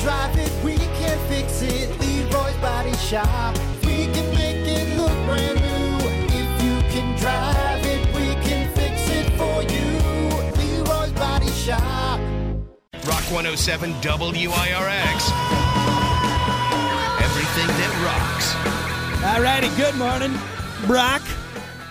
drive it, we can fix it. Leroy's Body Shop. We can make it look brand new. If you can drive it, we can fix it for you. Leroy's Body Shop. Rock 107 WIRX. Everything that All righty, good morning, Brock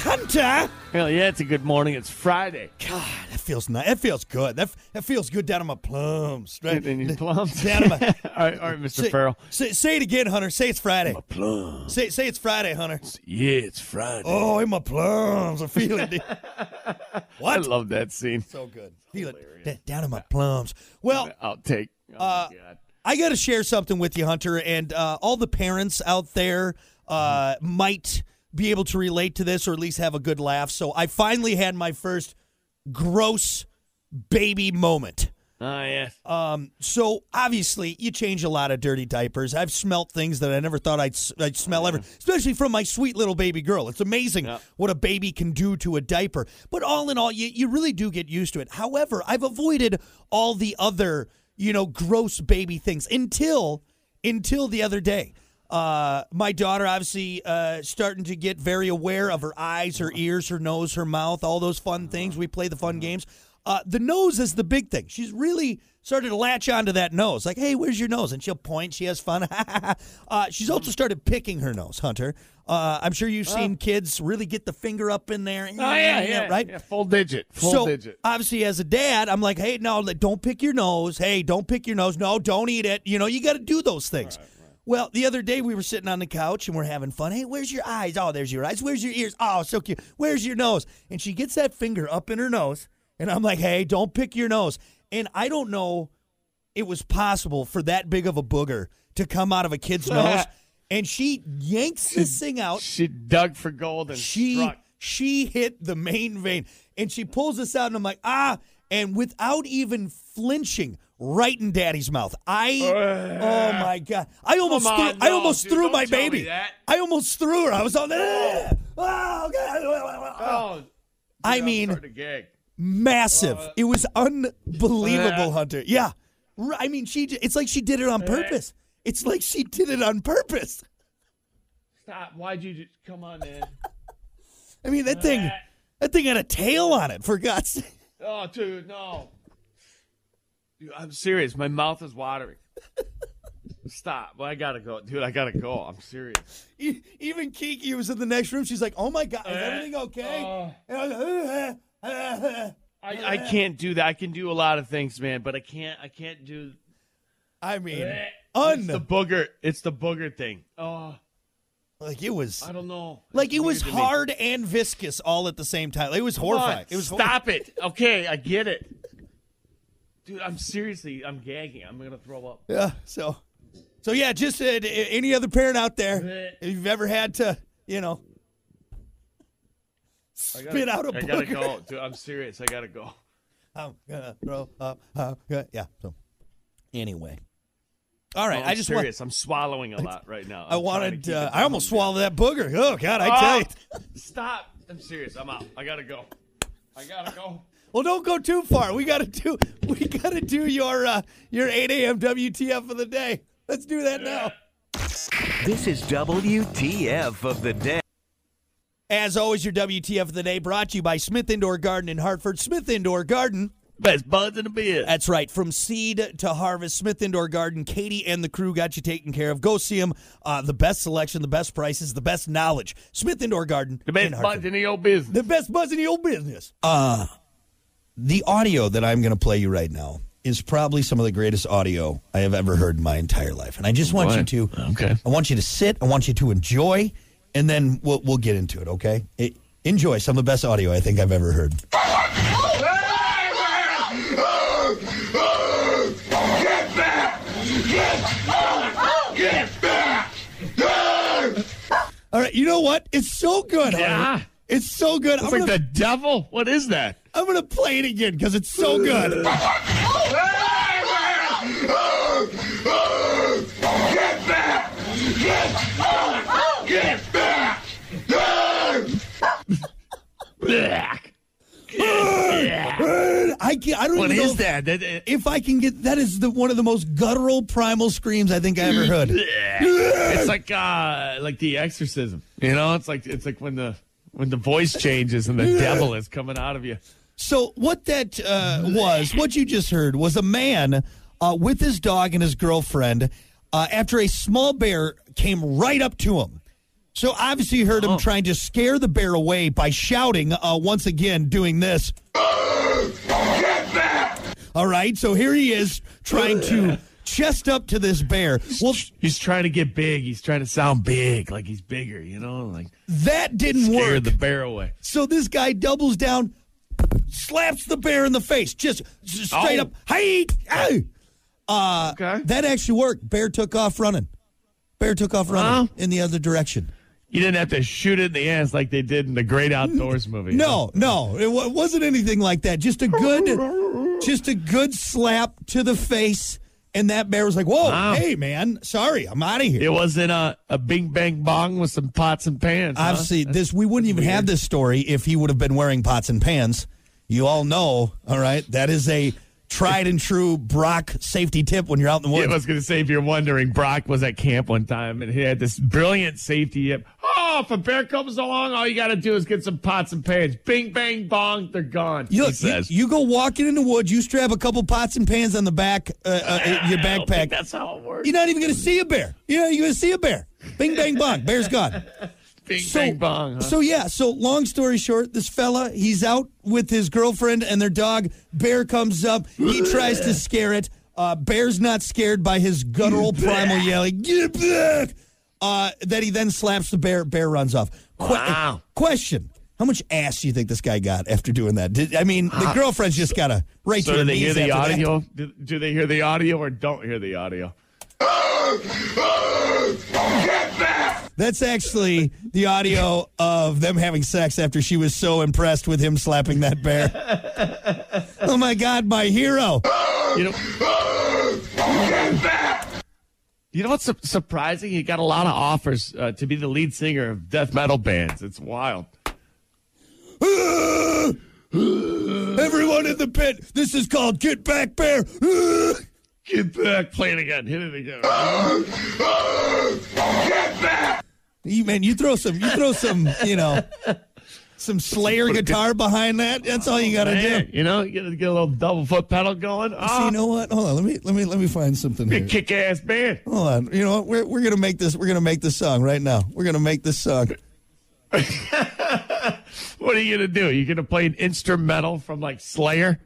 Hunter. Hell yeah, it's a good morning. It's Friday. God, that feels nice. That feels good. That f- that feels good down in my plums. Right? And you The- plums. Down in all, my. right, all right, Mr. Say, Farrell. say, say it again, Hunter. Say it's Friday. Plums. Say say it's Friday, Hunter. Yeah, it's Friday. Oh, in my plums. I feel it. dude. I what? love that scene. So good. Feel it d- down in my plums. Well, I'll take. Oh, Uh, my God. I got to share something with you, Hunter, and uh, all the parents out there uh, Mm-hmm. might be able to relate to this or at least have a good laugh. So I finally had my first gross baby moment. Oh, yes. So obviously, you change a lot of dirty diapers. I've smelt things that I never thought I'd, s- I'd smell ever, especially from my sweet little baby girl. It's amazing what a baby can do to a diaper. But all in all, you, you really do get used to it. However, I've avoided all the other, you know, gross baby things until until the other day. Uh, my daughter obviously uh, starting to get very aware of her eyes, her ears, her nose, her mouth, all those fun things. We play the Mm-hmm. fun games. Uh, the nose is the big thing. She's really started to latch onto that nose. Like, hey, where's your nose? And she'll point. She has fun. uh, she's Mm-hmm. also started picking her nose, Hunter. Uh, I'm sure you've seen kids really get the finger up in there. oh yeah, yeah, right? Yeah, full digit. Full so digit. obviously, as a dad, I'm like, hey, no, like, don't pick your nose. Hey, don't pick your nose. No, don't eat it. You know, you got to do those things. Well, the other day we were sitting on the couch and we're having fun. Hey, where's your eyes? Oh, there's your eyes. Where's your ears? Oh, so cute. Where's your nose? And she gets that finger up in her nose, and I'm like, hey, don't pick your nose. And I don't know it was possible for that big of a booger to come out of a kid's nose. And she yanks this thing out She dug for gold and uh, she struck. she hit the main vein and she pulls this out and I'm like ah and without even flinching right in daddy's mouth I oh my god I almost Come threw, on, I no, almost dude, through don't my tell me baby that. I almost threw her I was on there oh, God. Oh, dude, I I'm mean starting to gag. massive it was unbelievable Hunter yeah R- I mean she j- it's like she did it on purpose it's like she did it on purpose Stop. Why'd you just come on in? I mean that thing that thing had a tail on it for God's sake. oh, dude, no. Dude, I'm serious. My mouth is watering. Stop. Well, I gotta go, dude. I gotta go. I'm serious. E- Even Kiki was in the next room. She's like, "Oh my Eh. god, is everything Uh. okay?" And I was like, "Uh, uh, uh." I, I can't do that. I can do a lot of things, man, but I can't. I can't do I mean, Eh. It's the un booger. It's the booger thing. Oh, like it was I don't know. like It's it was weird to me. hard and viscous all at the same time. It was Come on, horrifying. It was hor- stop it. Okay, I get it. Dude, I'm seriously. I'm gagging. I'm gonna throw up. yeah. So, so yeah. Just uh, to- any other parent out Eh. there, if you've ever had to, you know, I Spit out a I gotta booger. go, dude. I'm serious. I gotta go. I'm gonna throw up. I'm gonna- yeah. So, anyway. All right. I'm I just want. serious. I'm swallowing a lot right I now. I'm trying to wanted. keep it Uh, I down. almost swallowed that booger. Oh God! I Oh, tell you. Stop. I'm serious. I'm out. I gotta go. I gotta go. Well, don't go too far. We gotta do we gotta do your uh, your 8 a.m. WTF of the day. Let's do that now. rocks. This is WTF of the day. As always, your WTF of the day brought to you by Smith Indoor Garden in Hartford. Smith Indoor Garden. Best buds in the biz. That's right. From seed to harvest, Smith Indoor Garden, Katie and the crew got you taken care of. Go see them. Uh, the best selection, the best prices, the best knowledge. Smith Indoor Garden. The in best Hartford. buds in the old business. The best buzz in the old business. Uh, the audio that I'm going to play you right now is probably some of the greatest audio I have ever heard in my entire life. And I just want you to, Okay. I want you to sit, I want you to enjoy, and then we'll, we'll get into it, okay? E- enjoy some of the best audio I think I've ever heard. Get back! Get, get back! All right, you know what? It's so good. Yeah. Harvey. It's so good. I'm It's like gonna, the devil. What is that? I'm gonna play it again because it's so good. Get back! Get, get back! Blech. I I can't. I don't What even know is if- that? That- uh, that- If I can get that is the one of the most guttural primal screams I think I ever heard. It's like uh like the exorcism. You know, it's like it's like when the when the voice changes and the devil is coming out of you. So what that uh, was, what you just heard, was a man uh, with his dog and his girlfriend uh, after a small bear came right up to him. So obviously you Oh. heard him trying to scare the bear away by shouting uh, once again, doing this. All right, so here he is trying to chest up to this bear. Well, He's trying to get big. He's trying to sound big, like he's bigger. You know, like that didn't scare work. the bear away. So this guy doubles down, slaps the bear in the face, just s- straight Oh. up. Hey, ow." Okay. Uh, That actually worked. Bear took off running. Bear took off running Huh? in the other direction. You didn't have to shoot it in the ass like they did in the Great Outdoors movie. No, no, it wa wasn't anything like that. Just a good, just a good slap to the face, and that bear was like, "Whoa, Wow. hey, man, sorry, I'm out of here." It wasn't a, a bing bang bong with some pots and pans. huh? Obviously, this we wouldn't even have this story if he would have been wearing pots and pans. You all know, all right, that is a tried and true Brock safety tip when you're out in the Yeah, woods. I was going to say, if you're wondering, Brock was at camp one time and he had this brilliant safety tip. Oh, if a bear comes along, all you got to do is get some pots and pans. Bing, bang, bong, they're gone. You, he look, you, says. you go walking in the woods, you strap a couple pots and pans on the back, uh, uh, in your I don't think backpack. that's how it works. You're not even going to see a bear. You're not even going to see a bear. Bing, bang, bong. Bear's gone. bing, So, bang, bong. Huh? so yeah. So long story short, this fella, he's out with his girlfriend and their dog. Bear comes up. He tries to scare it. Uh, bear's not scared by his guttural primal yelling. Get back! Uh, that he then slaps the bear. Bear runs off. Que- Wow. Question. How much ass do you think this guy got after doing that? Did, I mean, the girlfriend's just got a right Ah. to So do her they hear knees the after that. audio? Do, do they hear the audio or don't hear the audio? That's actually the audio of them having sex after she was so impressed with him slapping that bear. oh my God, my hero. You know, you know what's su- surprising? You got a lot of offers uh, to be the lead singer of death metal bands. It's wild. Everyone in the pit, this is called Get Back Bear. Get back, play it again, hit it again. you, man, you throw some, you throw some, you know, some Slayer guitar behind that. That's all you got to Oh, Man, do. you know, get, a- get a little double foot pedal going. So Oh, you know what? Hold on, let me let me let me find something here. kick ass band. Hold on. You know what? We're, we're gonna make this. We're gonna make this song right now. We're gonna make this song. What are you gonna do? You gonna play an instrumental from like Slayer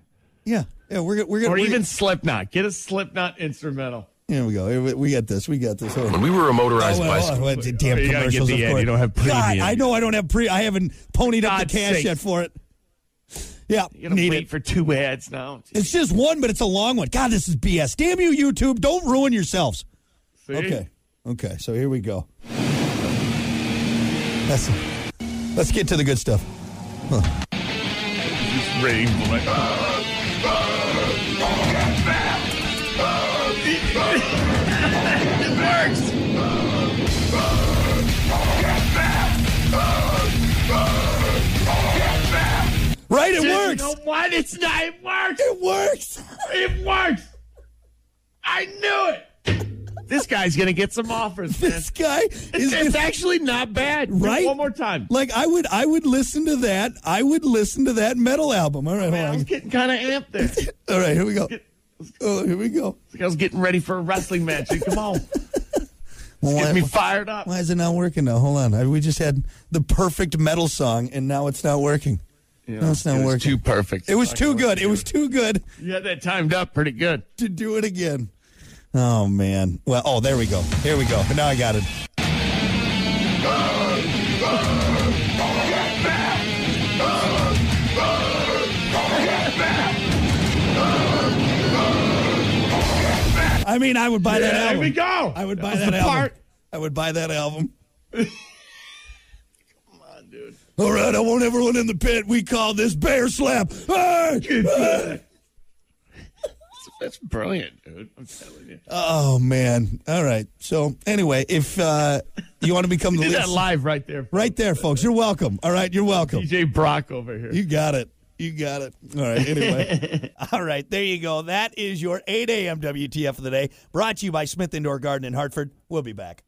Yeah, yeah. We're gonna we're gonna or we're even gonna- Slipknot? Get a Slipknot instrumental. Here we go. Here we- We got this. We got this. Hold on. When we were a motorized Oh, well, bicycle, well, well, damn You gotta get commercials, the of ad. course. You don't have God, premium. I know I don't have pre. I haven't ponied up the God's cash sakes. yet for it. Yeah, You gotta need wait it. for two ads now. It's just one, but it's a long one. God, this is BS. Damn you, YouTube! Don't ruin yourselves. See? Okay, okay. So here we go. That's, let's get to the good stuff. Just ready to play. it works. Right, it You works. know what? It's not. It works. It works. It works. I knew it. This guy's gonna get some offers, man. This guy is It's, gonna- it's actually not bad. Do it right. One more time. Like I would, I would listen to that. I would listen to that metal album. All right, Man, I was hold getting kind of amped there. It's on. All right, here we go. Oh, here we go. like I was getting ready for a wrestling match. Dude, Come on. Get me fired up. Why is it not working now? Hold on. I- We just had the perfect metal song, and now it's not working. no, it's not it was working. too perfect. it was too good. It was too good You had that timed up pretty good. to do it again. Oh, man. Well, oh, there we go. Here we go. Now I got it. I mean, I would buy that There album. we go. I would buy was that the album. Part. I would buy that album. Come on, dude. All right, I want everyone in the pit. We call this bear slap. Hey! Hey! That's brilliant, dude. I'm telling you. Oh man! All right. So anyway, if uh, you want to become the Did that lead, live right there. right there, folks. You're welcome. All right, you're welcome. DJ Brock over here. You got it. You got it. All right. Anyway. All right. There you go. That is your 8 a.m. WTF of the day, brought to you by Smith Indoor Garden in Hartford. We'll be back.